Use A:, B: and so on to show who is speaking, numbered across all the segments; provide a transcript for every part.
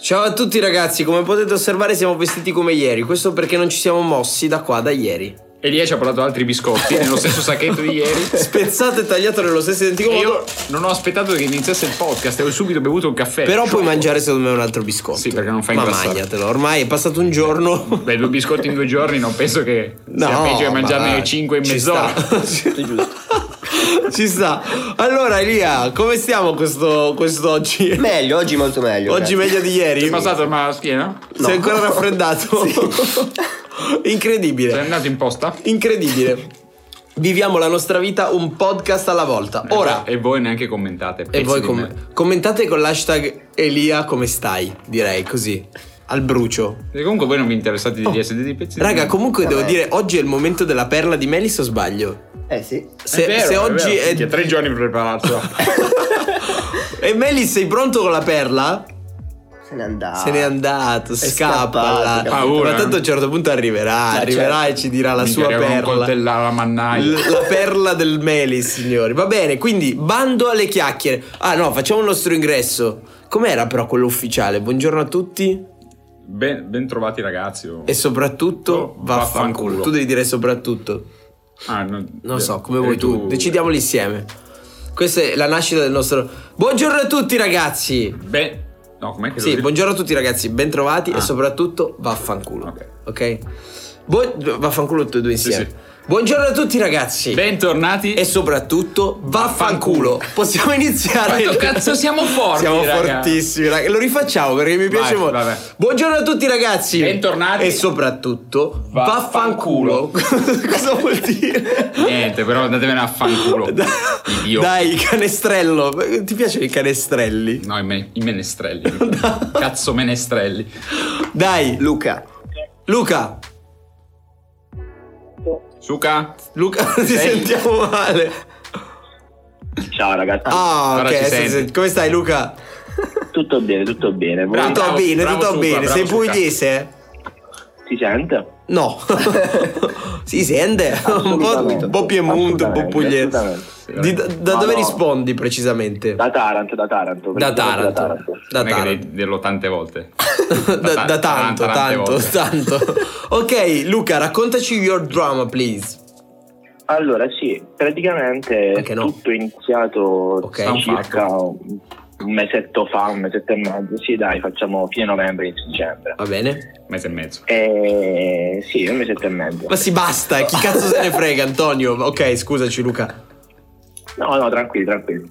A: Ciao a tutti ragazzi, come potete osservare siamo vestiti come ieri, questo perché non ci siamo mossi da qua da ieri.
B: Elia ci ha portato altri biscotti nello stesso sacchetto di ieri.
A: Spezzato e tagliato nello stesso identico
B: E
A: modo,
B: io non ho aspettato che iniziasse il podcast e ho subito bevuto un caffè.
A: però
B: Sciocco.
A: puoi mangiare secondo me un altro biscotto.
B: Sì, perché non fa
A: Ma
B: ingrassare.
A: mangiatelo, ormai è passato un giorno.
B: Beh, due biscotti in due giorni non penso che sia peggio che
A: ma
B: mangiarne
A: dai,
B: cinque in
A: ci
B: mezz'ora.
A: sta. Ci sta. Allora Elia, come stiamo questo, quest'oggi?
C: Meglio, oggi molto meglio.
A: Oggi meglio di ieri.
B: Ti è passato ma la schiena?
A: Sei ancora raffreddato?
B: Sei
A: Incredibile.
B: andato in posta?
A: Incredibile. Viviamo la nostra vita un podcast alla volta. Ora,
B: E voi neanche commentate.
A: e
B: pezzi
A: voi
B: di
A: com-
B: merda.
A: commentate con l'hashtag Elia come stai, direi così, al brucio.
B: E comunque voi non vi interessate di essere dei pezzi di
A: Oh, Raga,
B: merda.
A: comunque devo
C: Vabbè.
A: dire, oggi è il momento della perla di Melis o sbaglio?
C: Eh sì.
A: Se,
B: È vero,
A: se
B: è
A: oggi
B: vero.
A: è...
B: Minchia, tre giorni per prepararlo.
A: E Melis, sei pronto con la perla?
C: Se n'è
B: Ah.
C: andato.
A: Se n'è andato, scappa.
C: scappato,
B: paura,
A: Ma tanto a
B: eh.
A: un certo punto arriverà,
C: Ma
A: arriverà
C: certo.
A: e ci dirà la
B: Minchia,
A: sua
B: era un
A: perla.
B: coltellare alla mannaia.
A: L- la perla del Melis, signori. Va bene, quindi bando alle chiacchiere. Ah no, facciamo il nostro ingresso. Com'era però quello ufficiale? Buongiorno a tutti.
B: Ben, ben trovati ragazzi. o-
A: E soprattutto,
B: Oh,
A: vaffanculo.
B: vaffanculo.
A: Tu devi dire soprattutto.
B: Ah, non,
A: Non so, come
B: eri
A: vuoi tu. Decidiamolo insieme. Questa è la nascita del nostro. Buongiorno a tutti, ragazzi.
B: Beh, no, com'è che lo
A: Sì,
B: dico?
A: buongiorno a tutti, ragazzi. Bentrovati e
B: Ah.
A: soprattutto, vaffanculo.
B: Ok.
A: Ok? Bu- vaffanculo, tutti e due insieme.
B: sì.
A: Buongiorno a tutti, ragazzi.
B: Bentornati.
A: e soprattutto, vaffanculo. Possiamo iniziare.
B: Quanto cazzo siamo forti,
A: Siamo
B: raga.
A: fortissimi, raga. Lo rifacciamo perché mi piace
B: Vai,
A: molto.
B: vabbè.
A: Buongiorno a tutti, ragazzi.
B: Bentornati.
A: E soprattutto, vaffanculo.
B: Vaffanculo.
A: Cosa vuol dire?
B: Niente, però andatevene a fanculo. Idiota.
A: Dai, canestrello. Ti piacciono i canestrelli?
B: No, i, me- i menestrelli. Cazzo menestrelli.
A: Dai, Lu-
C: Luca.
A: Luca.
B: Suca.
A: Luca, ti sentiamo male.
D: Ciao ragazzi,
A: Ah, ok.
B: Ora ci
A: adesso
B: senti.
A: senti. Come stai, Luca? Ah.
D: tutto bene, tutto bene. Voi
B: Bravo,
A: tutto bene,
B: bravo,
A: tutto
B: Luca,
A: bene.
B: bravo,
A: Sei
B: Luca.
A: pugliese?
D: si sente?
A: No. si sente? Un po',
D: Assolutamente,
A: un po' Piemonte, un po'
D: assolutamente,
A: pugliese.
D: assolutamente.
A: Di- da da
D: Ma
A: dove
D: no.
A: rispondi precisamente?
D: Da Taranto, da Taranto.
A: Da Taranto. Da
B: Non è che
A: Taranto.
B: devi dirlo tante volte.
A: Da, da tanto,
B: tante
A: tanto,
B: volte.
A: tanto. Ok, Luca, raccontaci your drama, please.
D: Allora sì, praticamente
A: Anche no.
D: tutto è iniziato
A: Ok.
B: Sta un
D: circa un un mesetto fa, un mesetto e mezzo. Sì dai, facciamo fine novembre, inizio dicembre.
A: Va bene?
B: Mese e mezzo.
D: E... Sì, un mesetto e mezzo.
A: Ma sì, basta. Chi cazzo se ne frega, Antonio? Ok, scusaci, Luca.
D: No, no, tranquilli, tranquilli.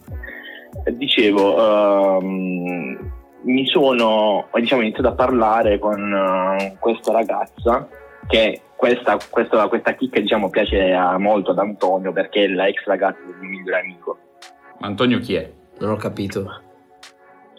D: Eh, Dicevo, ehm, mi sono, ho, diciamo, iniziato a parlare con eh, questa ragazza che questa, questa, questa chicca, diciamo, piace a- molto ad Antonio perché è la ex ragazza del mio migliore amico.
B: Ma Antonio chi è?
A: Non ho capito.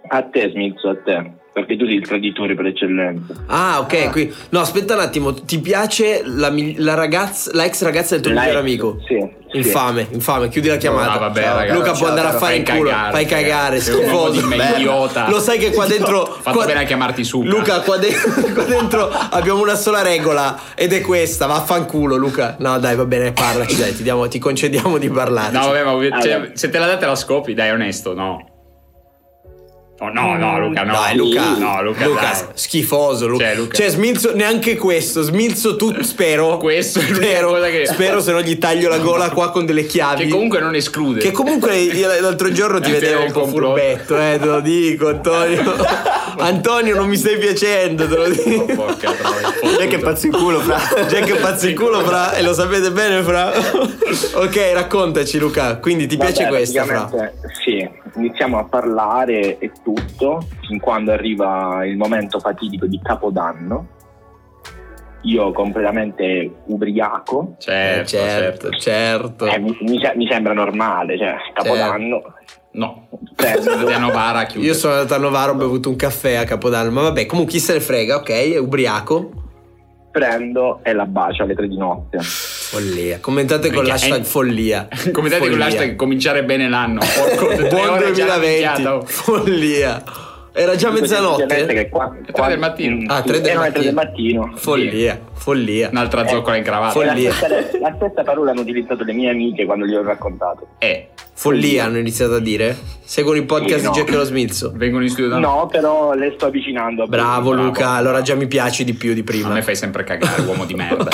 D: A te, Smizzo, a te, perché tu sei il traditore per eccellenza.
A: Ah, ok. qui- No, aspetta un attimo. Ti piace la, mi- la ragazza, la ex ragazza del tuo
D: La
A: migliore
D: ex,
A: amico?
D: sì, sì.
A: Infame, infame. Chiudi la chiamata.
B: Ah, vabbè, ragazzi.
A: Luca può
B: Ciao,
A: andare a
B: ciao,
A: fare
B: fai
A: il culo.
B: cagare,
A: fai cagare,
B: sei un po' di
A: schifoso.
B: me- idiota.
A: Lo sai che qua dentro.
B: Fatto
A: qua-
B: bene a chiamarti Suca.
A: Luca, qua, de- qua dentro abbiamo una sola regola ed è questa. Vaffanculo, Luca. No, dai, va bene, parlaci, dai, ti, diamo- ti concediamo di parlare.
B: No, vabbè, ma
A: Ah,
B: cioè,
D: Allora.
B: se te la date la scopi, dai, onesto, no. Oh, no, no, Luca, no.
A: Mm, Dai, Luca,
B: No, Luca, dai.
A: schifoso. Luca. Cioè,
B: Cioè, Luca.
A: smilzo neanche questo. Smilzo tu, spero.
B: Questo è l'unica
A: spero,
B: cosa che-
A: spero, se no gli taglio la gola qua con delle chiavi.
B: Che comunque non esclude.
A: Che comunque io l'altro giorno ti
B: Eh,
A: vedevo
B: il
A: un po'
B: complotto.
A: furbetto, eh, te lo dico, Antonio. Antonio, non mi stai piacendo, te lo dico.
B: Oh, porca troia.
C: Già che pazzo in culo, fra.
A: Jack pazziculo, fra, e lo sapete bene, fra. ok, raccontaci, Luca. Quindi ti piace
D: Vabbè,
A: questa, fra?
D: praticamente, Sì, iniziamo a parlare e tutto, fin quando arriva il momento fatidico di Capodanno. Io completamente ubriaco,
A: Eh,
B: Certo, certo.
A: certo. certo.
D: Eh, mi, mi se- mi sembra normale, cioè Capodanno,
B: No. Sono
D: Prendo.
B: andati a Novara a chiudere.
A: Io sono andato a Novara, ho bevuto un caffè a Capodanno, ma vabbè, comunque chi se ne frega, ok? È ubriaco.
D: prendo e la bacio alle tre di notte.
A: Follia. Commentate con
B: Perché è-
A: l'hashtag follia.
B: Commentate con
A: Follia.
B: l'hashtag cominciare bene l'anno. Porco, tre
A: Buon
B: ore già minchiato.
A: 2020. Follia. Era già
D: Gente
A: mezzanotte.
D: che qua-
B: È tre
D: qua-
B: del mattino.
A: Ah, tre del
D: Erano le tre del
A: mattino.
D: mattino.
A: Follia, follia.
B: Un'altra zoccola in cravatta.
D: E la
A: Eh, Follia.
D: stessa, la stessa parola hanno utilizzato le mie amiche quando gli ho raccontato.
B: Eh,
A: Follia hanno iniziato a dire. Seguono i podcast
D: Sì, no.
A: di Jack e lo Smizzo.
B: vengono in studio da noi.
D: No, però le sto avvicinando.
A: Bravo
B: Bravo.
A: Luca, allora già mi piaci di più di
B: A me
A: prima.
B: fai sempre cagare, uomo di merda.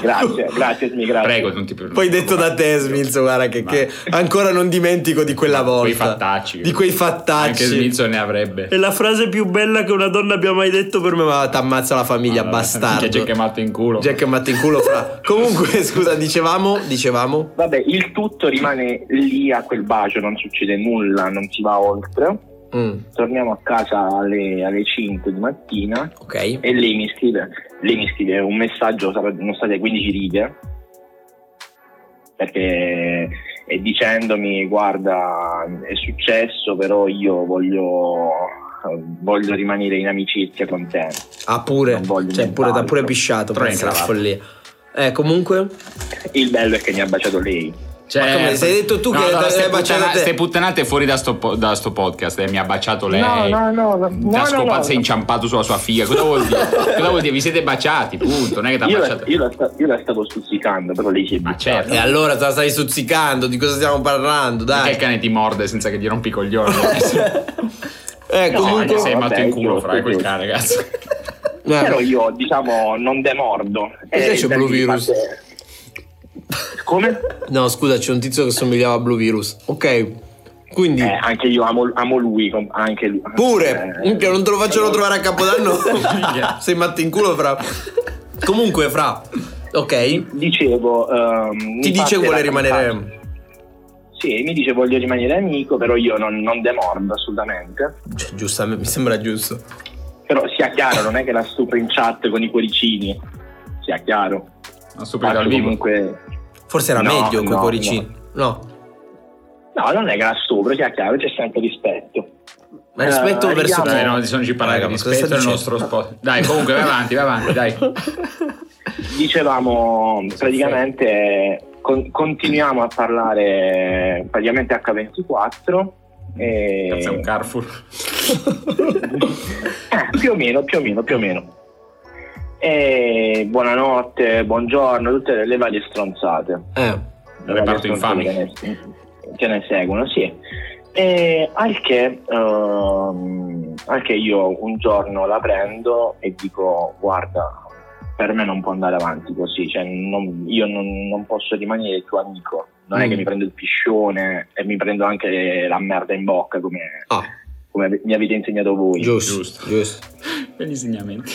D: Grazie, grazie, Smi, grazie.
B: Prego, non ti preoccupare.
A: Poi detto da te, Smizzo, guarda che, che ancora non dimentico di quella volta.
B: Quei fattacci.
A: Di quei
B: Anche
A: fattacci.
B: Smizzo ne avrebbe.
A: È la frase più bella che una donna abbia mai detto per me, ma t'ammazza la famiglia, bastardo.
B: Che Jack è matto in culo.
A: Jack è matto in culo fra. Comunque, scusa, dicevamo, dicevamo.
D: Vabbè, il tutto rimane lì a quel bacio, non succede nulla, non si va oltre.
A: Mm,
D: Torniamo a casa alle, alle 5 di mattina
A: ok.
D: e lei mi scrive, lei mi scrive un messaggio, saranno state 15 righe, perché e dicendomi guarda è successo però io voglio, voglio rimanere in amicizia con te.
A: Ah, pure.
D: Non voglio
A: Cioè, pure, t'ha
D: nient'altro.
A: pure pisciato.
B: Tre in
A: Pensa alla
B: cravatta.
A: follia. Eh, comunque.
D: Il bello è che mi ha baciato lei.
B: Cioè,
A: Ma come, se hai detto tu che l'hai
B: ste
A: baciata
B: puttana-
A: te.
B: ste puttanate fuori da sto, po- da sto podcast. eh, mi ha baciato lei.
D: No, no, no, no,
B: Da
D: no,
B: scopazzo
D: no,
B: sei
D: no.
B: inciampato sulla sua figlia. Cosa vuol dire? Cosa vuol dire? Vi siete baciati, punto. Non è che ti ha
D: Io la,
B: baciato.
D: io, la sta- io la stavo stuzzicando, però lei si è
B: Ma
D: buttata.
B: certo.
A: E allora te la stai stuzzicando, di cosa stiamo parlando?
B: Perché il
A: Dai.
B: cane ti morde senza che gli rompi i coglioni?
A: Eh,
D: No,
A: comunque.
B: Comunque sei
D: vabbè,
B: matto in culo,
D: io-
B: fra quel cane, cazzo.
A: Eh,
D: Però io, diciamo, non demordo. Eh,
A: Perché c'è
D: da
A: Blue
D: lì
A: Virus?
D: parte- Come?
A: No, scusa, c'è un tizio che somigliava a Blue Virus. Ok. Quindi.
D: Eh, anche io amo, amo lui, com- anche lui.
A: Pure,
D: Eh,
A: minchia, non te lo facciano trovare a Capodanno.
B: Minchia.
A: Sei matto in culo, fra. Comunque, fra. Ok.
D: Dicevo... ehm, mi
A: Ti dice
D: parte
A: che vuole
D: la-
A: rimanere.
D: Sì, mi dice voglio rimanere amico, però io non, non demordo assolutamente.
A: Cioè, giusta, mi sembra giusto.
D: Però sia chiaro, non è che la stupro in chat con i cuoricini. Sia chiaro.
B: Non so
D: Faccio
B: dal vivo.
D: Ah, comunque...
A: Forse era
D: No,
A: meglio con
D: no,
A: cuoricini. No.
D: No, non è che la stupro, sia chiaro, c'è sempre rispetto.
A: Ma rispetto
D: Eh,
A: verso
D: arriviamo-
B: Dai, no, sono ci parlare
A: Raga,
B: di
A: ma cosa
B: rispetto
A: stai
B: al
A: dicendo?
B: nostro spot. Dai, comunque, vai avanti, vai avanti,
D: Eh.
B: dai.
D: dicevamo praticamente con- continuiamo a parlare praticamente H24 e-
B: Cazzo, è un Carrefour.
D: Eh, più o meno più o meno più o meno e buonanotte buongiorno tutte le varie stronzate
A: Eh.
D: Le
B: Reparto
D: varie stronzate che ne, che ne seguono sì e al che ehm, al che io un giorno la prendo e dico guarda per me non può andare avanti così, cioè non- io non, non posso rimanere tuo amico. Non è
A: Mm.
D: che mi prendo il piscione e mi prendo anche la merda in bocca come,
A: Ah,
D: come ave- mi avete insegnato voi.
A: giusto. Giusto.
B: Giusto. Per gli insegnamenti.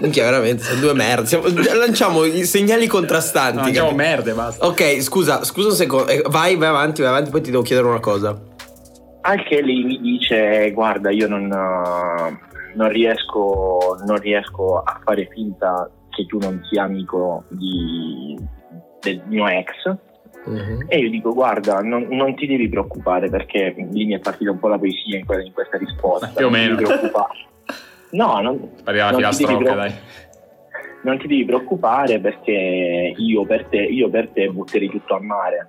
A: Minchia, veramente, sono due merde. Siamo- lanciamo i segnali contrastanti.
B: No, diciamo
A: capi-
B: merde, basta.
A: ok, scusa, scusa un secondo. Eh, Vai, vai avanti, vai avanti, poi ti devo chiedere una cosa.
D: Al che lei mi dice guarda io non, eh, non riesco, non riesco a fare finta che tu non sia amico di- del mio ex.
A: Mhm.
D: E io dico guarda non, non ti devi preoccupare perché lì mi è partita un po' la poesia in, quella- in questa risposta.
B: Più o meno.
D: Non ti preoccupare. No, non,
B: Parliamo
D: non
B: la
D: ti devi
B: filastrocca,
D: preo-
B: dai.
D: non ti devi preoccupare perché io per te, io per te butterei tutto a mare.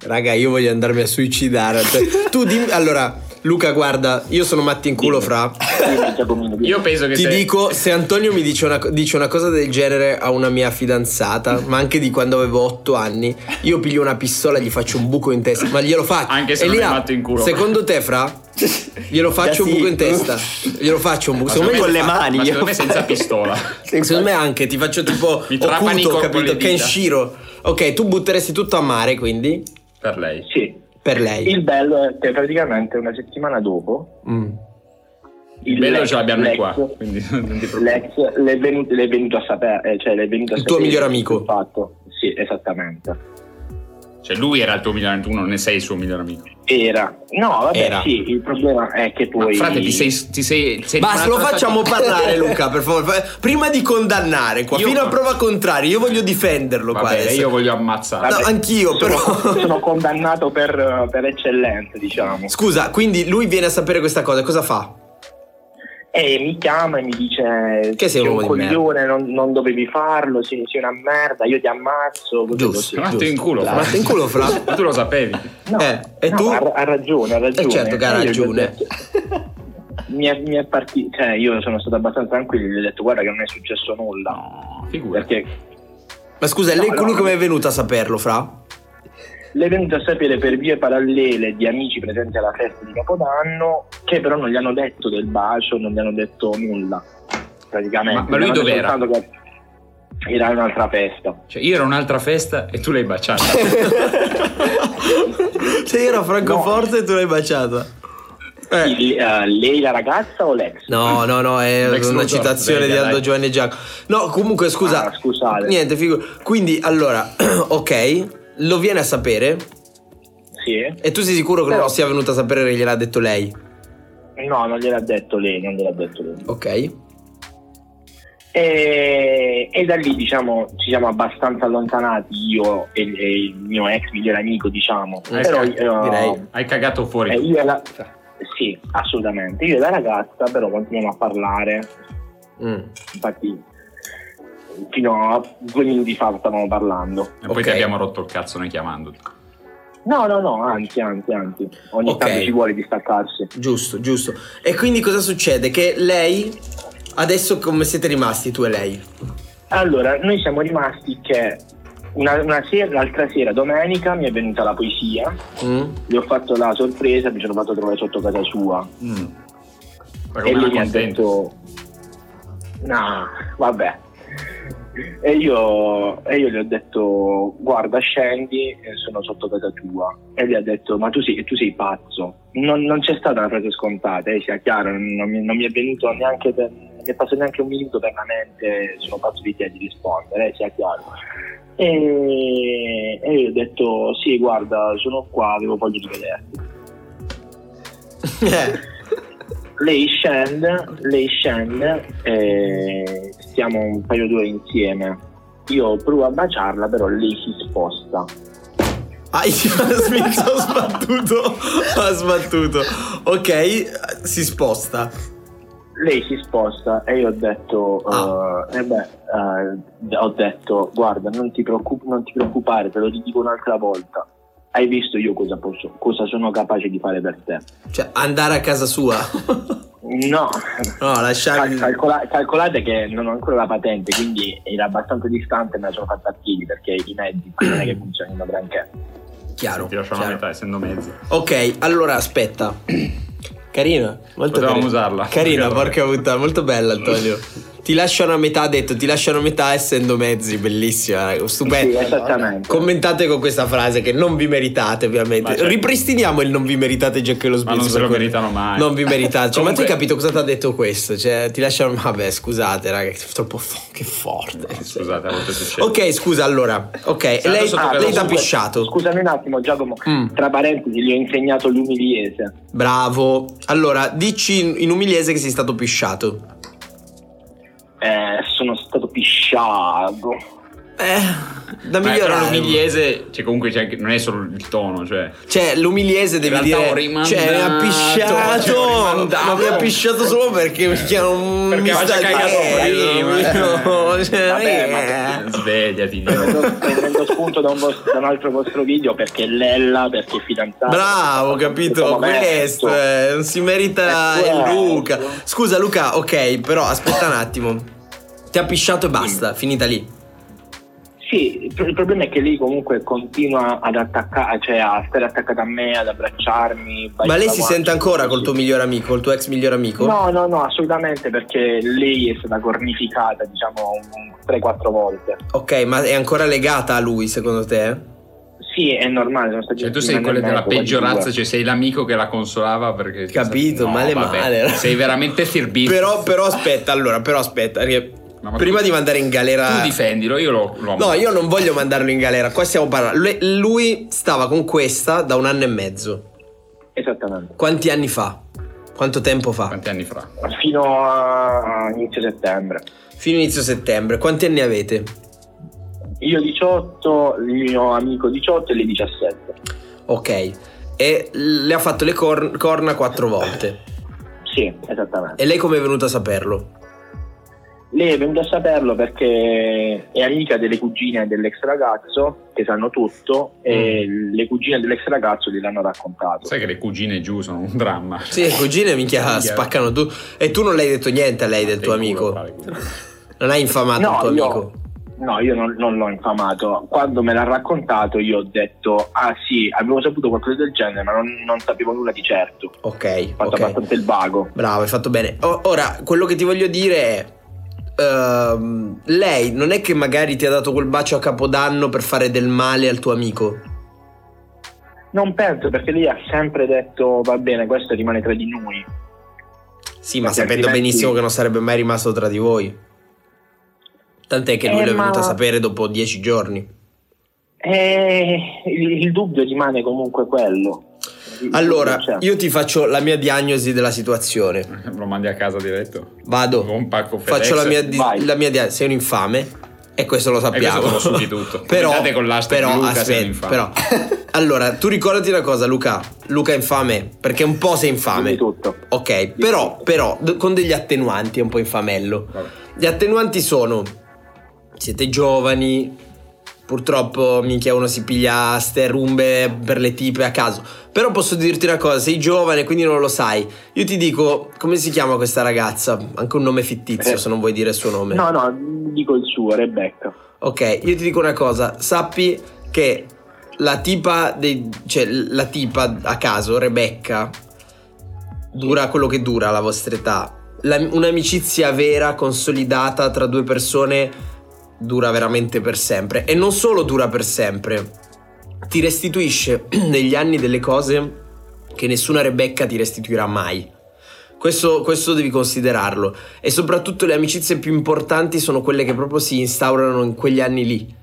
A: Raga, io voglio andarmi a suicidare. Cioè, tu dimmi. Allora, Luca, guarda, io sono matto in culo, fra.
D: Dimmi, Giacomino, dimmi.
B: Io penso che
A: Ti
B: se-
A: dico, se Antonio mi dice una, co- dice una cosa del genere a una mia fidanzata, ma anche di quando avevo 8 anni, io piglio una pistola e gli faccio un buco in testa. Ma glielo faccio.
B: Anche se
A: E
B: non
A: lì
B: è
A: là,
B: matto in culo.
A: Secondo te, Fra? Glielo faccio un
C: sì.
A: buco in testa. Glielo faccio un buco.
B: Ma
A: Secondo me,
C: con
B: se-
C: le mani,
B: Ma secondo
C: io-
B: me senza pistola.
A: secondo me anche ti faccio tipo
B: Mi trapani
A: occulto,
B: con- con
A: capito?
B: le dita.
A: Kenshiro. Ok, tu butteresti tutto a mare, quindi?
B: per lei.
D: Sì.
A: Per lei.
D: Il bello è che praticamente una settimana dopo
A: Mm.
B: Il bello ce l'abbiamo noi
D: l'ex-
B: qua, quindi non ti preoccupare.
D: L'ex l'è venuto, l'è venuto a sapere, eh, cioè l'è venuto a
A: Il tuo
D: sapere
A: miglior amico.
D: il fatto. Sì, esattamente.
B: Cioè, lui era il tuo migliore amico, tu non ne sei il suo migliore amico.
D: Era. No, vabbè,
A: Era.
D: sì, il problema è che
B: Ma,
D: poi.
B: frate, ti sei. Ti sei, sei
A: Basta, lo
B: frate-
A: facciamo parlare Luca, per favore. Fa- Prima di condannare qua,
B: Io-
A: fino a prova contraria, io voglio difenderlo qua
B: Vabbè,
A: adesso.
B: io voglio ammazzare.
A: No, anch'io
D: Sono,
A: però.
D: sono condannato per, per eccellenza, diciamo.
A: Scusa, quindi lui viene a sapere questa cosa, cosa fa?
D: E mi chiama e mi dice:
A: Che sei un
D: un
A: uomo di
D: coglione, non, non dovevi farlo, sei, sei una merda, io ti ammazzo. cose
A: Giusto.
D: così.
B: Fratto in culo,
A: Fra-
B: frate.
A: in culo, fra.
B: Tu lo sapevi.
D: No,
A: Eh, e
D: no,
A: tu?
D: Ha, ha ragione, ha ragione.
A: Eh, certo che ha
D: Io gli ho
A: ragione.
D: detto- Mi è, mi è parti- cioè, io sono stato abbastanza tranquillo, gli ho detto guarda che non è successo nulla.
B: No, figura.
D: Perché
A: Ma scusa, lei
D: No,
A: lui
D: no.
A: come è venuto a saperlo, fra?
D: l'è venuto a sapere per vie parallele di amici presenti alla festa di Capodanno che però non gli hanno detto del bacio, non gli hanno detto nulla. Praticamente.
B: Ma- ma lui
D: Gli hanno
B: dov'era?
D: soltanto che Era in un'altra festa.
B: Cioè, io ero un'altra festa e tu l'hai baciata.
A: Se io ero Francoforte e tu l'hai baciata. Eh.
D: Il- eh, lei la ragazza o l'ex?
A: No, no, no, è
B: Lex
A: una
B: Luthor,
A: citazione
B: venga,
A: di Aldo
B: dai.
A: Giovanni e Giacomo. No, comunque scusa.
D: Ah, scusate.
A: Niente, figu- Quindi allora, ok, lo viene a sapere.
D: Sì.
A: E tu sei sicuro che non
D: Però-
A: lo sia venuto a sapere che gliel'ha detto lei?
D: No, non gliel'ha detto lei, non gliel'ha detto lei.
A: Ok.
D: E, e da lì diciamo ci siamo abbastanza allontanati io e, e il mio ex migliore amico diciamo
A: Eh,
D: però
B: sì,
D: eh,
A: direi.
B: Hai cagato fuori.
D: eh, io e la- sì assolutamente io e la ragazza però continuiamo a parlare
A: Mm.
D: infatti fino a due minuti fa stavamo parlando
B: e poi ti
A: ok.
B: abbiamo rotto il cazzo noi chiamandoti.
D: no no no anzi anzi anzi ogni
A: Ok.
D: tanto ci vuole distaccarsi
A: Giusto, giusto. E quindi cosa succede? Che lei, adesso come siete rimasti tu e lei?
D: Allora, noi siamo rimasti che una, una sera, l'altra sera, domenica, mi è venuta la poesia,
A: Mm?
D: gli ho fatto la sorpresa, mi sono fatto trovare sotto casa sua.
B: Mm. Ma
D: e
B: come
D: lui
B: era
D: mi ha
B: contento.
D: detto... No, vabbè. E io, e io gli ho detto, guarda scendi, eh, sono sotto casa tua. E lui ha detto, ma tu sei, tu sei pazzo. Non, non c'è stata una frase scontata, eh, sia chiaro, non mi, non mi è venuto neanche per, non mi è passato neanche un minuto per la mente, sono pazzo di te di rispondere, eh, sia chiaro. E, e io ho detto, sì guarda, sono qua, avevo voglia di vederti
A: Eh,
D: lei scende, lei scende, eh, stiamo un paio d'ore insieme. Io provo a baciarla, però lei si sposta.
A: Ai, Smith ha sbattuto. Ha sbattuto. Ok, si sposta.
D: Lei si sposta e io ho detto,
A: Ah.
D: eh, eh beh, eh, ho detto, guarda, non ti, preoccup- non ti preoccupare, te lo dico un'altra volta. Hai visto io cosa, posso, cosa sono capace di fare per te?
A: Cioè, andare a casa sua. No,
D: No,
A: lasciarmi-
D: Cal- calcola- calcolate che non ho ancora la patente, quindi era abbastanza distante e me la sono fatta a piedi perché i mezzi qui non è che funzionino granché.
A: Chiaro.
B: Ti lasciamo a
A: chiaro.
B: metà, essendo mezzi.
A: Ok, allora aspetta. Carina, molto
B: Potevamo
A: carina.
B: usarla.
A: Carina, porca puttana, molto bella Antonio. Ti lasciano a metà, ha detto, ti lasciano a metà essendo mezzi, bellissima, raga,
D: Sì,
A: stupenda.
D: esattamente.
A: Commentate con questa frase che non vi meritate, ovviamente.
B: Ma certo.
A: Ripristiniamo il non vi meritate già che lo sbirro.
B: non se lo meritano mai.
A: Non vi meritate. Cioè, ma tu hai
B: Comunque-
A: capito cosa ti ha detto questo? Cioè, ti lasciano. Vabbè, scusate, raga, che troppo fo- che forte.
B: Eh, Scusate, a volte succede.
A: Eh, Ok, scusa, allora. Ok,
B: Sì,
A: lei,
B: adesso tocca a
A: Ah, lei
B: voi.
A: ti ha pisciato.
D: Scusami un attimo Giacomo,
A: Mm.
D: tra parentesi gli ho insegnato l'umiliese.
A: Bravo. Allora, dici in, in umiliese che sei stato pisciato.
D: Eh, sono stato pisciato.
A: Eh, da
B: Ma però
A: migliorare.
B: l'umiliese, cioè comunque c'è anche- non è solo il tono, cioè.
A: Cioè, l'umiliese devi
B: realtà ho
A: dire.
B: rimandato,
A: Cioè, mi ha
B: cioè, ho
A: pisciato.
B: rimandato.
A: Ma mi ha pisciato solo perché, perché non
B: Perché
A: mi
B: aveva
A: sta
B: già
A: Eh,
B: cagato
A: dietro.
B: prima.
A: Cioè,
D: Vabbè,
A: eh.
B: Svegliati.
D: Prendo
B: Dio.
D: prendo spunto da un, vostro- da un altro vostro video perché è Lella, perché è fidanzata.
A: Bravo, capito?
D: Secondo me-
A: Questo
B: ecco.
A: eh, non si merita
D: È
A: il
D: questo.
A: Luca. Scusa, Luca, ok, però aspetta un attimo. Ti ha pisciato e basta, finita lì.
D: Sì, il pro- il problema è che lei comunque continua ad attaccare, cioè a stare attaccata a me, ad abbracciarmi.
A: Ma lei si sente ancora col tuo miglior amico, il tuo ex miglior amico?
D: No, no, no, assolutamente perché lei è stata cornificata, diciamo, un- 3-4 volte.
A: Ok, ma è ancora legata a lui, secondo te?
D: Sì, è normale, sono stati
B: Cioè, tu
D: un
B: sei
D: anno
B: quello
D: e mezzo,
B: della
D: quasi
B: peggio razza,
D: due.
B: cioè sei l'amico che la consolava perché...
A: Capito,
B: No,
A: male
B: vabbè.
A: male.
B: Sei veramente firbista.
A: Però, però aspetta, allora, però aspetta. perché
B: No, ma
A: Prima
B: tu-
A: di mandare in galera...
B: Tu difendilo, io lo, lo
A: No, io non voglio mandarlo in galera. Qua stiamo parlando. Lui- Lui stava con questa da un anno e mezzo.
B: cioè-
D: Esattamente.
A: Quanti anni fa? Quanto tempo fa?
B: Quanti anni fa?
D: Fino a inizio settembre.
A: Fino inizio settembre. Quanti anni avete?
D: Io 18, il mio amico 18 e lei 17.
A: Ok. E le ha fatto le cor- corna quattro volte.
D: Sì, esattamente.
A: E lei come è venuta a saperlo?
D: Lei è venuta a saperlo perché è amica delle cugine dell'ex ragazzo che sanno tutto e
B: Mm.
D: le cugine dell'ex ragazzo gliel'hanno raccontato.
B: Sai che le cugine giù sono un dramma.
A: Sì, le cugine minchia
B: Minchia.
A: spaccano tu. E tu non le hai detto niente a lei del
B: Dei
A: tuo
B: culo,
A: amico.
B: pare, culo.
A: Non hai infamato il tuo
D: io,
A: amico.
D: no, io non, non l'ho infamato. Quando me l'ha raccontato io ho detto, ah sì, avevo saputo qualcosa del genere, ma non, non sapevo nulla di certo. Ho
A: Ok,
D: fatto
A: ok.
D: abbastanza il vago.
A: Bravo, hai fatto bene. O- ora, quello che ti voglio dire è. ehm, lei non è che magari ti ha dato quel bacio a capodanno per fare del male al tuo amico?
D: Non penso perché lei ha sempre detto, va bene, questo rimane tra di noi.
A: Sì, ma
D: Perché
A: sapendo
D: altrimenti-
A: benissimo che non sarebbe mai rimasto tra di voi. Tant'è che lui
D: Eh,
A: l'è
D: ma-
A: venuto a sapere dopo dieci giorni.
D: E Eh, il, il dubbio rimane comunque quello. certo, Il-
A: Allora,
D: il dubbio c'è.
A: io ti faccio la mia diagnosi della situazione.
B: Lo mandi a casa diretto.
A: Vado.
B: Con un pacco FedEx.
A: Faccio la mia, di-
D: Vai.
A: la mia dia- sei un infame e questo lo sappiamo.
B: questo te lo subi tutto.
A: però
B: Commentate con l'hashtag
A: però,
B: Luca, sei un
A: aspetta, però.
B: infame.
A: Allora, tu ricordati una cosa, Luca. Luca è infame, perché un po' sei infame.
D: Dimmi tutto.
A: Certo. Ok, però, però d- con degli attenuanti è un po' infamello.
B: Vabbè.
A: Gli attenuanti sono siete giovani, purtroppo minchia uno si piglia ste rumbe per le tipe a caso. Però posso dirti una cosa, sei giovane quindi non lo sai. Io ti dico come si chiama questa ragazza, anche un nome fittizio
D: Eh.
A: se non vuoi dire il suo nome.
D: No, no, dico il suo, Rebecca.
A: Ok, io ti dico una cosa, sappi che la tipa, dei- cioè la tipa a caso, Rebecca, dura quello che dura la vostra età. La- un'amicizia vera, consolidata tra due persone, dura veramente per sempre. E non solo dura per sempre, ti restituisce negli anni delle cose che nessuna Rebecca ti restituirà mai. Questo, questo devi considerarlo. E soprattutto le amicizie più importanti sono quelle che proprio si instaurano in quegli anni lì.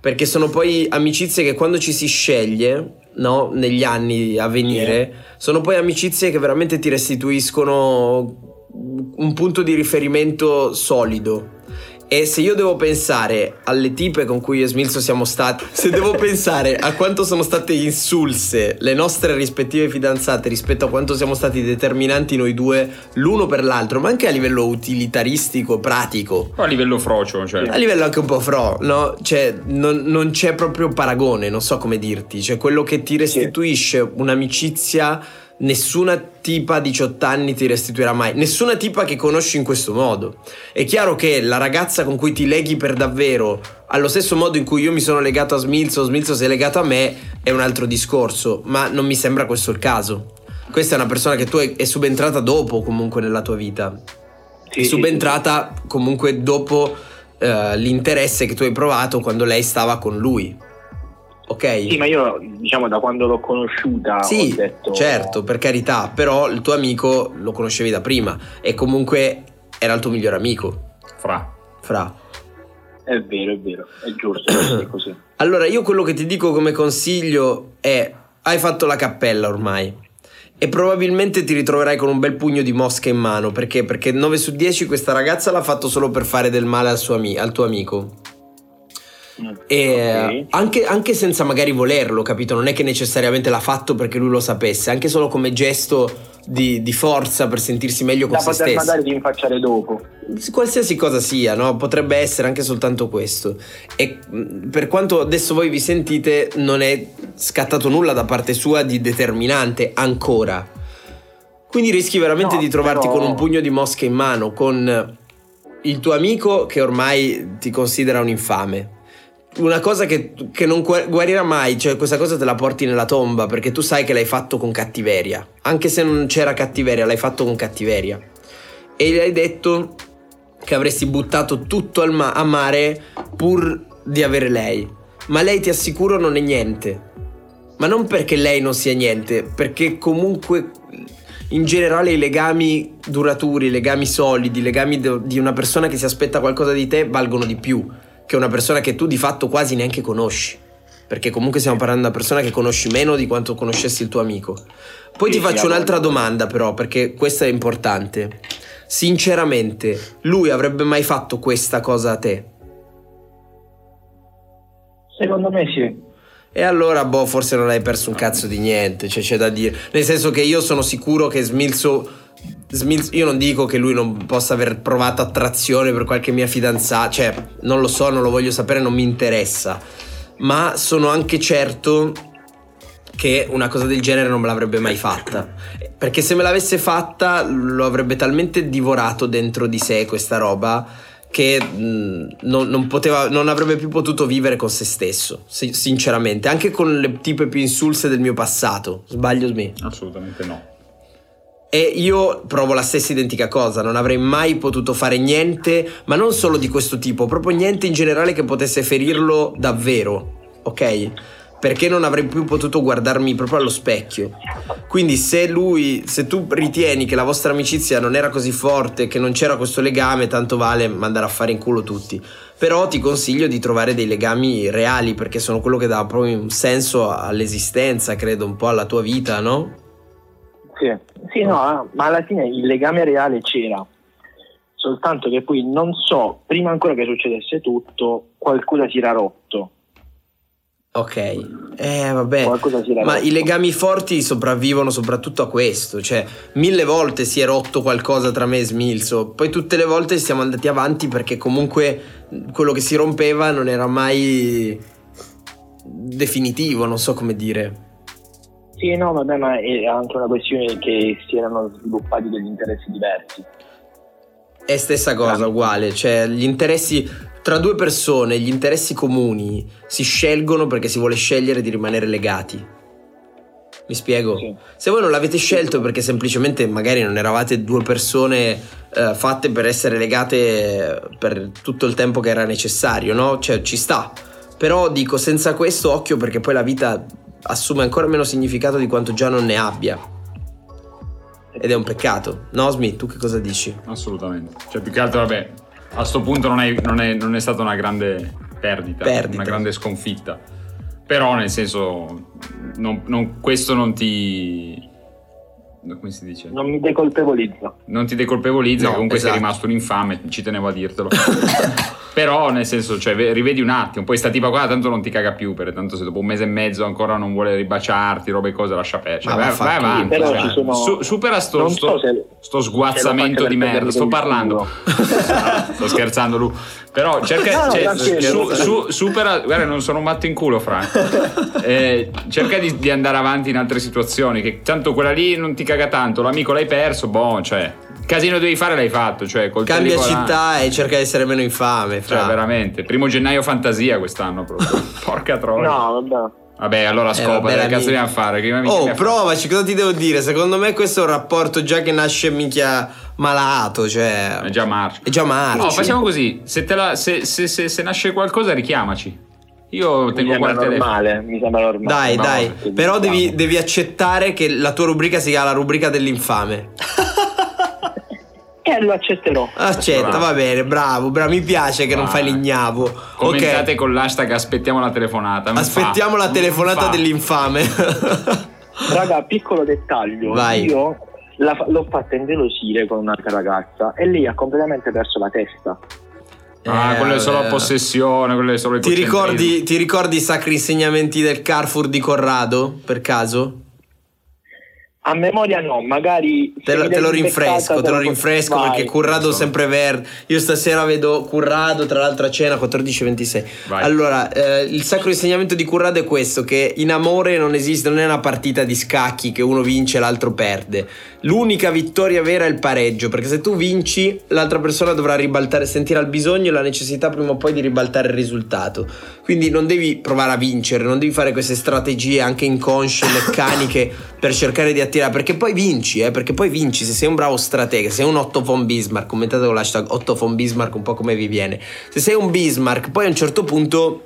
A: Perché sono poi amicizie che quando ci si sceglie, no, negli anni a venire, sono poi amicizie che veramente ti restituiscono un punto di riferimento solido. E se io devo pensare alle tipe con cui io e Smilzo siamo stati, se devo pensare a quanto sono state insulse le nostre rispettive fidanzate rispetto a quanto siamo stati determinanti noi due l'uno per l'altro, ma anche a livello utilitaristico, pratico,
B: Però a livello frocio, cioè.
A: a livello anche un po' fro, no? Cioè, non, non c'è proprio paragone, non so come dirti. Cioè, quello che ti restituisce un'amicizia, nessuna tipa a 18 anni ti restituirà mai. Nessuna tipa che conosci in questo modo. È chiaro che la ragazza con cui ti leghi per davvero, allo stesso modo in cui io mi sono legato a Smilzo, Smilzo si è legato a me, è un altro discorso. Ma non mi sembra questo il caso. Questa è una persona che tu hai- è subentrata dopo comunque nella tua vita
D: Sì,
A: è
D: sì,
A: subentrata comunque dopo eh, l'interesse che tu hai provato quando lei stava con lui. Ok?
D: Sì, sì, ma io, diciamo, da quando l'ho conosciuta
A: Sì,
D: ho detto...
A: certo, per carità, però il tuo amico lo conoscevi da prima e comunque era il tuo miglior amico,
B: Fra.
A: fra.
D: È vero, è vero, è giusto, è così.
A: Allora, io quello che ti dico come consiglio è: hai fatto la cappella ormai. E probabilmente ti ritroverai con un bel pugno di mosche in mano. Perché? Perché 9 su 10 questa ragazza l'ha fatto solo per fare del male al, suo ami- al tuo amico.
D: Mm,
A: E eh,
D: ok.
A: anche, anche senza magari volerlo, capito? Non è che necessariamente l'ha fatto perché lui lo sapesse, anche solo come gesto di, di forza per sentirsi meglio con
D: Da
A: se
D: poter
A: stesso
D: magari rinfacciare dopo.
A: qualsiasi cosa sia, no? Potrebbe essere anche soltanto questo. E mh, per quanto adesso voi vi sentite, non è scattato nulla da parte sua di determinante ancora. Quindi rischi veramente
D: No,
A: di trovarti
D: però-
A: con un pugno di mosche in mano, con il tuo amico che ormai ti considera un infame. Una cosa che, che non guar- guarirà mai, cioè questa cosa te la porti nella tomba perché tu sai che l'hai fatto con cattiveria. Anche se non c'era cattiveria, l'hai fatto con cattiveria. E gli hai detto che avresti buttato tutto al ma- a mare pur di avere lei. Ma lei ti assicuro non è niente. Ma non perché lei non sia niente, perché comunque in generale i legami duraturi, i legami solidi, i legami de- di una persona che si aspetta qualcosa di te valgono di più che una persona che tu di fatto quasi neanche conosci. Perché comunque stiamo parlando di una persona che conosci meno di quanto conoscessi il tuo amico. Poi
D: Sì,
A: ti
D: sì,
A: faccio
D: ha
A: un'altra
D: voglia.
A: domanda però, perché questa è importante. Sinceramente, lui avrebbe mai fatto questa cosa a te?
D: Secondo me sì.
A: E allora, boh, forse non hai perso un cazzo di niente, cioè c'è da dire. Nel senso che io sono sicuro che Smilzo. Smilzo- io non dico che lui non possa aver provato attrazione per qualche mia fidanzata, cioè non lo so, non lo voglio sapere, non mi interessa. Ma sono anche certo che una cosa del genere non me l'avrebbe mai fatta. Perché se me l'avesse fatta lo avrebbe talmente divorato dentro di sé questa roba che mh, non, non poteva- non avrebbe più potuto vivere con se stesso, si- sinceramente, anche con le tipe più insulse del mio passato, sbaglio Smee?
B: Assolutamente no.
A: E io provo la stessa identica cosa, non avrei mai potuto fare niente, ma non solo di questo tipo, proprio niente in generale che potesse ferirlo davvero, ok? Perché non avrei più potuto guardarmi proprio allo specchio. Quindi se lui, se tu ritieni che la vostra amicizia non era così forte, che non c'era questo legame, tanto vale mandare a fare in culo tutti. Però ti consiglio di trovare dei legami reali, perché sono quello che dà proprio un senso all'esistenza, credo, un po' alla tua vita, no?
D: Sì, sì
A: Oh.
D: no, eh, ma alla fine il legame reale c'era. Soltanto che poi non so, prima ancora che succedesse tutto, qualcosa si era rotto.
A: Ok, eh vabbè,
D: Qualcosa si era
A: ma
D: rotto.
A: i legami forti sopravvivono soprattutto a questo, cioè mille volte si è rotto qualcosa tra me e Smilso, poi tutte le volte siamo andati avanti perché comunque quello che si rompeva non era mai definitivo, non so come dire.
D: Sì, no, vabbè, ma è anche una questione che si erano sviluppati degli interessi diversi.
A: È stessa cosa,
D: Ah.
A: uguale, cioè gli interessi tra due persone, gli interessi comuni si scelgono perché si vuole scegliere di rimanere legati. Mi spiego?
D: Sì.
A: Se voi non l'avete scelto perché semplicemente magari non eravate due persone eh, fatte per essere legate eh, per tutto il tempo che era necessario, no? Cioè ci sta. Però dico senza questo occhio perché poi la vita assume ancora meno significato di quanto già non ne abbia. Ed è un peccato. No, Smith, tu che cosa dici?
B: Assolutamente. Cioè, più che altro, vabbè, a sto punto non è, non è- non è stata una grande perdita,
A: Perdita.
B: una grande sconfitta. Però, nel senso, non- non- questo non ti. Come si dice?
D: Non mi decolpevolizza.
B: non ti decolpevolizza,
A: No,
B: comunque
A: esatto.
B: sei rimasto un infame, ci tenevo a dirtelo. Però, nel senso, cioè, ve- rivedi un attimo, poi sta tipa qua tanto non ti caga più, perché tanto se dopo un mese e mezzo ancora non vuole ribaciarti, robe e cose, lascia perdere. Cioè,
A: Ma
B: vai,
A: vaffanculo.
B: vai avanti,
D: Però
B: cioè,
D: ci sono-
B: su- supera sto,
D: Non so
B: sto-
D: se-
B: sto sguazzamento
D: se lo faccio
B: di
D: per
B: merda, sto parlando. sto scherzando, Lu. Però cerca,
D: No, no,
B: cioè,
D: tranquillo,
B: su-
D: tranquillo.
B: su- supera, guarda, non sono un matto in culo, Frank. Eh, cerca di, di andare avanti in altre situazioni, che tanto quella lì non ti caga tanto, l'amico l'hai perso, boh, cioè, il casino devi fare l'hai fatto, cioè, col
A: Cambia
B: telefono-
A: città e cerca di essere meno infame. Fra.
B: Cioè,
D: Ah.
B: veramente, primo gennaio fantasia quest'anno proprio. Porca
A: Oh.
B: troia.
D: No, vabbè.
B: Vabbè, allora
A: Eh,
B: scopa,
A: vabbè,
B: che
A: la
B: cazzo
A: minchia.
B: dobbiamo fare? Che minchia
A: Oh,
B: dobbiamo fare?
A: provaci, cosa ti devo dire? Secondo me questo è un rapporto già che nasce minchia malato, cioè...
B: È già marcio.
A: È già marcio.
B: No, facciamo così, se, te la- se- se- se- se nasce qualcosa richiamaci. Io
D: Mi
B: tengo qua
D: sembra
B: il telefono.
D: normale, mi sembra normale.
A: Dai,
B: No,
A: dai,
D: perché
A: però
D: diciamo-
A: devi, devi accettare che la tua rubrica sia la rubrica dell'infame.
D: Eh, lo accetterò.
A: Accetta,
B: Bravo.
A: va bene, bravo, bravo, mi piace che non
B: Vai.
A: fai l'ignavo.
B: Ah. Commentate
A: Ok,
B: con l'hashtag aspettiamo la telefonata. Mi
A: aspettiamo
B: fa.
A: la telefonata
B: Mi fa.
A: dell'infame.
D: Raga, piccolo dettaglio.
A: Vai.
D: Io la fa- l'ho fatta ingelosire con un'altra ragazza e lei ha completamente perso la testa.
B: Ah,
A: Eh,
B: quello è solo
A: vabbè.
B: possessione, quello è solo
A: Ti
B: egocentrismo.
A: ricordi, ti ricordi i sacri insegnamenti del Carrefour di Corrado, per caso?
D: A memoria no, magari...
A: Te,
D: se
A: lo-
D: mi
A: te lo
D: dai un'imbeccata,
A: rinfresco, te lo
D: posso-
A: rinfresco
D: Vai.
A: perché Currado sempre verde. Io stasera vedo Currado, tra l'altro a cena 14.26.
B: Vai.
A: Allora, eh, il sacro insegnamento di Currado è questo: che in amore non esiste, non è una partita di scacchi che uno vince e l'altro perde. L'unica vittoria vera è il pareggio, perché se tu vinci, l'altra persona dovrà ribaltare, sentire al bisogno e la necessità prima o poi di ribaltare il risultato. Quindi non devi provare a vincere, non devi fare queste strategie anche inconsce, meccaniche per cercare di attirare, perché poi vinci, eh, perché poi vinci, se sei un bravo stratega, se sei un Otto von Bismarck, commentate con l'hashtag Otto von Bismarck un po' come vi viene, se sei un Bismarck, poi a un certo punto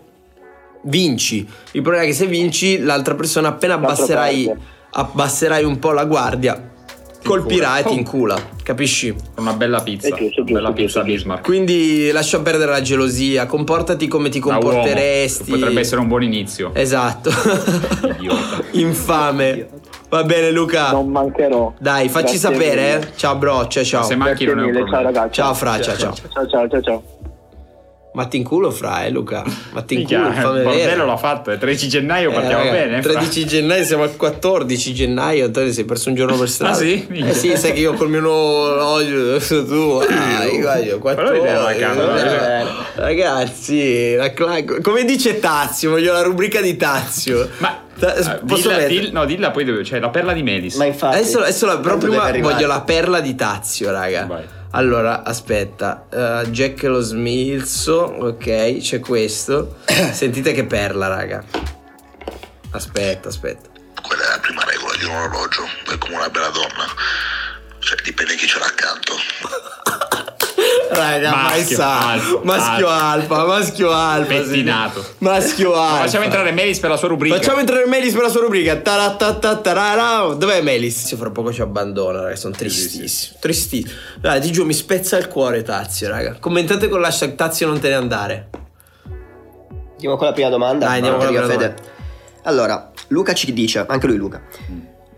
A: vinci, il problema è che se vinci l'altra persona appena
D: L'altro
A: abbasserai,
D: perde.
A: abbasserai un po' la guardia, colpirà e ti
B: Oh.
A: incula, capisci?
B: Una bella pizza.
D: È giusto, giusto,
B: bella
D: giusto,
B: pizza
D: giusto.
B: Bismarck.
A: Quindi lascia perdere la gelosia, comportati come ti
B: Da uomo.
A: comporteresti.
B: Potrebbe essere un buon inizio.
A: Esatto.
B: Idiota.
A: Infame. Va bene Luca.
D: Non mancherò.
A: Dai, facci
D: Grazie
A: sapere.
D: mille.
A: eh. Ciao bro, ciao ciao.
B: Se manchi
D: Grazie
B: non è un
D: mille, ciao
B: problema.
D: ragazzi.
A: Ciao Fra, ciao ciao.
D: Ciao ciao ciao ciao.
A: Matti in culo fra, eh Luca. Matti in
B: Minchia,
A: culo, fammi
B: il bordello
A: vedere.
B: l'ha fatto, è 13 gennaio,
A: Eh,
B: partiamo
A: raga,
B: bene. fra.
A: 13 gennaio siamo al 14 gennaio Antonio sei perso un giorno per strada
B: Ah, sì?
A: Eh sì sai che io col mio nuovo olio adesso tu ah, io guarda, 14
B: Però vedi la camera,
A: eh, ragazzi la cla- come dice Tazio voglio la rubrica di Tazio
B: Ma
A: Ta-
B: eh,
A: posso
B: dilla,
A: mettere-
B: dill- no, dilla poi dove c'è la perla di Melis.
C: Ma infatti.
A: adesso, adesso la, però
C: tanto deve
A: prima
C: arrivare.
A: voglio la perla di Tazio raga
B: Vai.
A: allora aspetta Eh, Jack lo smilzo ok c'è questo sentite che perla raga aspetta aspetta
E: quella è la prima regola di un orologio è come una bella donna cioè dipende chi ce l'ha accanto
A: Raga, mai
B: Maschio
A: sa.
B: alfa,
A: maschio alfa, maschio alfa.
B: Pettinato.
A: signor- Maschio alfa.
B: Facciamo entrare Melis per la sua rubrica.
A: Facciamo entrare Melis per la sua rubrica. Taratatatarara. Dov'è Melis? Se fra poco ci abbandona, raga, sono tristissimo. Tristissimo. Dai, ti giuro, mi spezza il cuore Tazio, raga. Commentate con l'hashtag Tazio non te ne andare.
C: Andiamo con la prima domanda.
A: Dai, andiamo con la
C: Arriva
A: prima
C: Fede. Allora, Luca ci dice, anche lui Luca.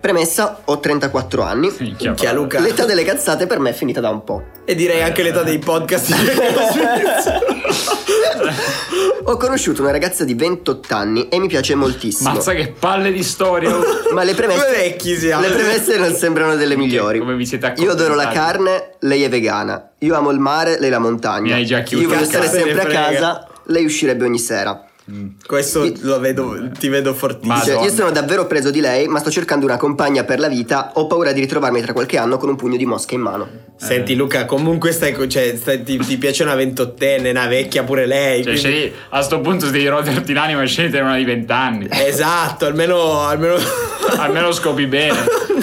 C: Premessa, ho 34 anni.
B: Minchia,
A: Minchia, Luca.
C: L'età delle cazzate per me è finita da un po'.
A: E direi anche l'età dei podcast. di Jack lo Smilzo.
C: Ho conosciuto una ragazza di 28 anni e mi piace moltissimo.
B: Mazza che palle di storia.
C: Ma le premesse,
A: Due vecchi siamo.
C: le premesse non sembrano delle migliori.
B: come vi siete
C: Io adoro la
B: accontentati.
C: carne, lei è vegana. Io amo il mare, lei la montagna.
B: Mi hai già chiuso
C: Io voglio
B: il
C: stare
A: cazzo.
C: sempre a
A: Me ne frega.
C: casa, lei uscirebbe ogni sera.
A: Questo lo vedo, ti vedo fortissimo.
C: Dice,
B: Madonna.
C: io sono davvero preso di lei, ma sto cercando una compagna per la vita. Ho paura di ritrovarmi tra qualche anno con un pugno di mosca in mano.
A: Cioè, Senti Luca, comunque stai, co- cioè, stai- ti, ti piace una ventottenne, una vecchia pure lei.
B: Cioè,
A: quindi-
B: scegli- a sto punto devi roderti l'anima e scegliere una di 20 anni.
A: Esatto, almeno... Almeno,
B: Almeno scopi bene.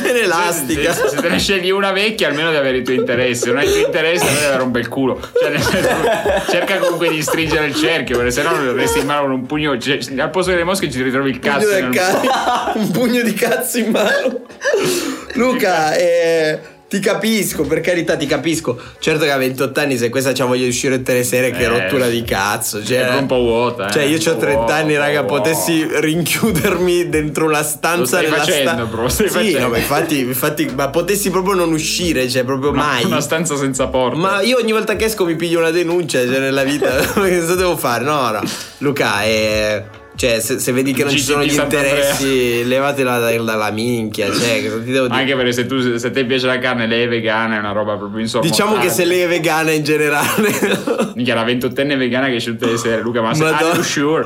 A: Bene elastica.
B: Se, se- se te ne scegli una vecchia, almeno devi avere i tuoi interessi. Se non hai i tuoi interessi, allora devi avere un bel culo. Cioè, nel senso, cerca comunque di stringere il cerchio, perché se no resti in mano con un pugno. cioè, al posto delle mosche ci ritrovi il cazzo.
A: Pugno
B: nel-
A: del ca- un pugno di cazzo in mano. Luca, eh, ti capisco, per carità ti capisco. Certo che a 28 anni se questa c'ha voglia di uscire tutte le sere che
B: Eh,
A: rottura di cazzo. Cioè,
B: è proprio un po' vuota, eh,
A: Cioè io
B: un
A: ho
B: po'
A: 30 anni,
B: vuota,
A: raga,
B: un po'
A: potessi rinchiudermi dentro una
B: Lo
A: stanza.
B: stai
A: nella sta-
B: facendo, bro. lo Stai
A: sì,
B: facendo.
A: no, ma infatti, infatti, ma potessi proprio non uscire, cioè proprio mai.
B: Una stanza senza porta.
A: Ma io ogni volta che esco mi piglio una denuncia cioè, nella vita. Cosa devo fare? No, no. Luca, eh, cioè, se, se vedi che non ci sono
B: GTP
A: gli
B: Sant'Andrea.
A: interessi, levatela da- dalla minchia. Cioè, cosa ti devo dire?
B: Anche perché se, tu, se te piace la carne, lei è vegana, è una roba proprio insormontabile.
A: diciamo che se lei è vegana in generale.
B: Minchia, la ventottenne vegana che esce tutte le sere, Luca, ma se...
A: Madonna.
B: Are you sure?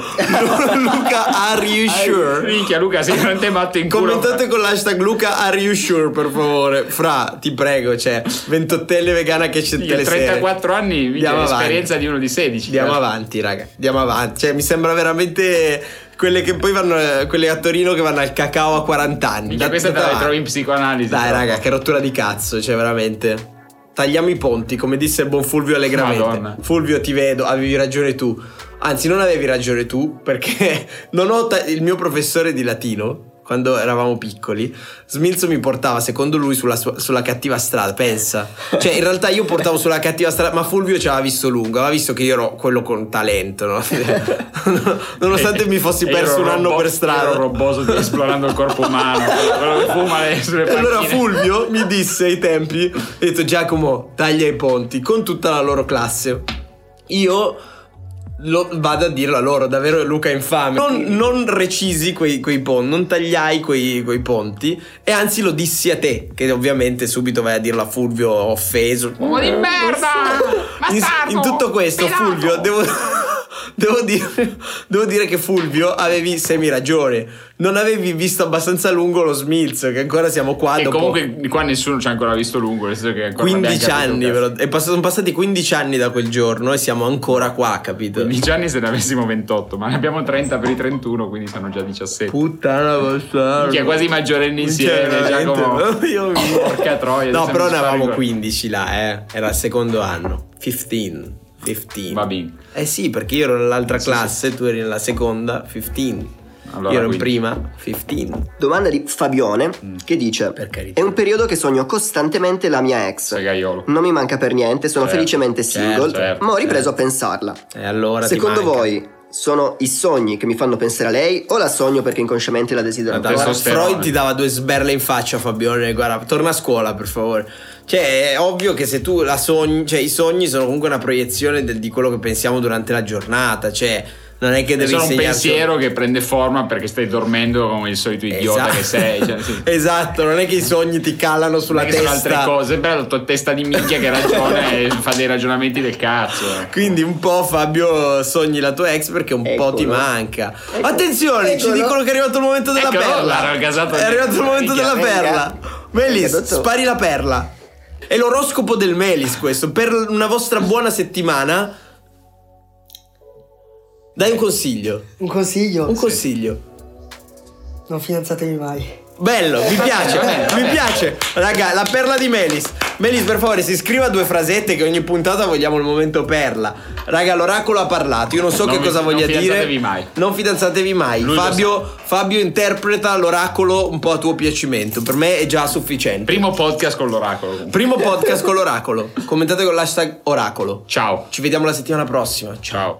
A: Luca, are you sure?
B: Minchia, Luca, sei veramente matto in culo.
A: Commentate con l'hashtag Luca Are you sure per favore Fra ti prego cioè ventottelle vegana che c'è tutte
B: Minchia,
A: le sere
B: 34 anni, minchia,
A: Andiamo avanti.
B: l'esperienza di eh. uno di 16.
A: Andiamo
B: cazzo.
A: avanti, raga. Andiamo avanti. Cioè, mi sembra veramente quelle che poi vanno, eh, quelle a Torino che vanno al cacao a 40 anni.
B: Minchia,
A: Da-
B: questa te
A: da-
B: la trovi in psicoanalisi.
A: Dai,
B: però.
A: raga, che rottura di cazzo, cioè, veramente. Tagliamo i ponti, come disse il buon Fulvio allegramente.
B: Madonna.
A: Fulvio, ti vedo, avevi ragione tu. Anzi, non avevi ragione tu, perché non ho ta- il mio professore di latino. Quando eravamo piccoli, Smilzo mi portava, secondo lui, sulla, sua- sulla cattiva strada. Pensa, cioè, in realtà io portavo sulla cattiva strada, ma Fulvio ci aveva visto lungo. Aveva visto che io ero quello con talento, no? nonostante mi fossi
B: E io
A: perso
B: ero
A: un anno
B: robo-
A: per strada.
B: Ero roboso di esplorando il corpo umano. Quello che fuma le, sulle
A: E allora
B: panchine.
A: Fulvio mi disse ai tempi, ha detto Giacomo, taglia i ponti con tutta la loro classe. Io lo- vado a dirlo a loro, davvero Luca è infame. Non, non recisi quei, quei ponti, non tagliai quei, quei ponti e anzi lo dissi a te, che ovviamente subito vai a dirlo a Fulvio offeso. Mm.
B: Uomo di merda!
A: In,
B: Bastardo!
A: in tutto questo
B: Pelato!
A: Fulvio devo... Devo dire, devo dire che Fulvio avevi semi ragione. Non avevi visto abbastanza a lungo lo smilzo, che ancora siamo qua.
B: E
A: dopo...
B: comunque qua nessuno ci ha ancora visto lungo, nel senso che ancora non abbiamo
A: 15
B: capito
A: anni,
B: un cazzo.
A: però. È passato- sono passati 15 anni da quel giorno e siamo ancora qua, capito?
B: 15 anni se ne avessimo 28, ma ne abbiamo 30 per i 31, quindi sono già 17.
A: Puttana bastardo.
B: Minchia, quasi maggiorenni
A: Non
B: insieme,
A: c'è veramente-
B: Giacomo.
A: Io mi-
B: Porca troia,
A: No,
B: se
A: però
B: mi
A: ne
B: spari
A: avevamo
B: qua.
A: 15 là, eh. Era il secondo anno. 15. 15.
B: Va bene.
A: Eh sì, perché io ero nell'altra classe, tu eri nella seconda. 15.
B: Allora,
A: Io ero in
B: quindi-
A: prima, 15.
C: Domanda di Fabione
B: Mm.
C: che dice:
A: Per carità.
C: È un periodo che sogno costantemente la mia ex.
B: Sei gaiolo.
C: Non mi manca per niente, sono
B: Certo,
C: felicemente single,
B: certo,
C: ma ho
A: certo.
C: ripreso a pensarla.
A: E allora ti
C: Secondo
A: manca.
C: voi sono i sogni che mi fanno pensare a lei o la sogno perché inconsciamente la desidero
A: Guarda,
C: ancora?
B: Adesso-
A: guarda,
B: testosterone.
A: Freud ti dava due sberle in faccia, Fabione. Guarda, torna a scuola, per favore. Cioè, è ovvio che se tu la sogni, cioè, i sogni sono comunque una proiezione del- di quello che pensiamo durante la giornata. Cioè, non è che
B: È
A: devi
B: solo Eh, un
A: insegnarci-
B: pensiero che prende forma perché stai dormendo come il solito idiota
A: Esatto.
B: che sei. Cioè, sì.
A: esatto, non è che i sogni ti calano sulla
B: Perché sono altre
A: testa.
B: cose, però la tua testa di minchia che ragiona e fa dei ragionamenti del cazzo. eh.
A: Quindi un po' Fabio sogni la tua ex perché un po' ti
C: Eccolo.
A: manca. Attenzione, ci
C: Eccolo.
A: dicono che è arrivato il momento della
B: Eccolo, l'hanno
A: perla.
B: gasato
A: È arrivato il momento
B: Minchia,
A: della
C: venga.
A: perla.
C: Venga,
A: Melis,
C: dottor.
A: spari la perla. È l'oroscopo del Melis questo, per una vostra buona settimana. Dai un consiglio.
F: Un consiglio?
A: Un consiglio.
F: Non fidanzatevi mai.
A: Bello, mi piace, mi piace. Raga, la perla di Melis. Melis, per favore, si scriva due frasette che ogni puntata vogliamo il momento perla. Raga, l'oracolo ha parlato. Io non so
B: Non
A: che
B: vi-
A: cosa
B: non
A: voglia
B: fidanzatevi
A: dire.
B: mai.
A: Non fidanzatevi mai.
B: Lui lo
A: Fabio, Fabio interpreta l'oracolo un po' a tuo piacimento. Per me è già sufficiente.
B: Primo podcast con l'oracolo. comunque.
A: Primo podcast con l'oracolo. Commentate con l'hashtag oracolo.
B: Ciao.
A: Ci vediamo la settimana prossima. Ciao.
B: Ciao.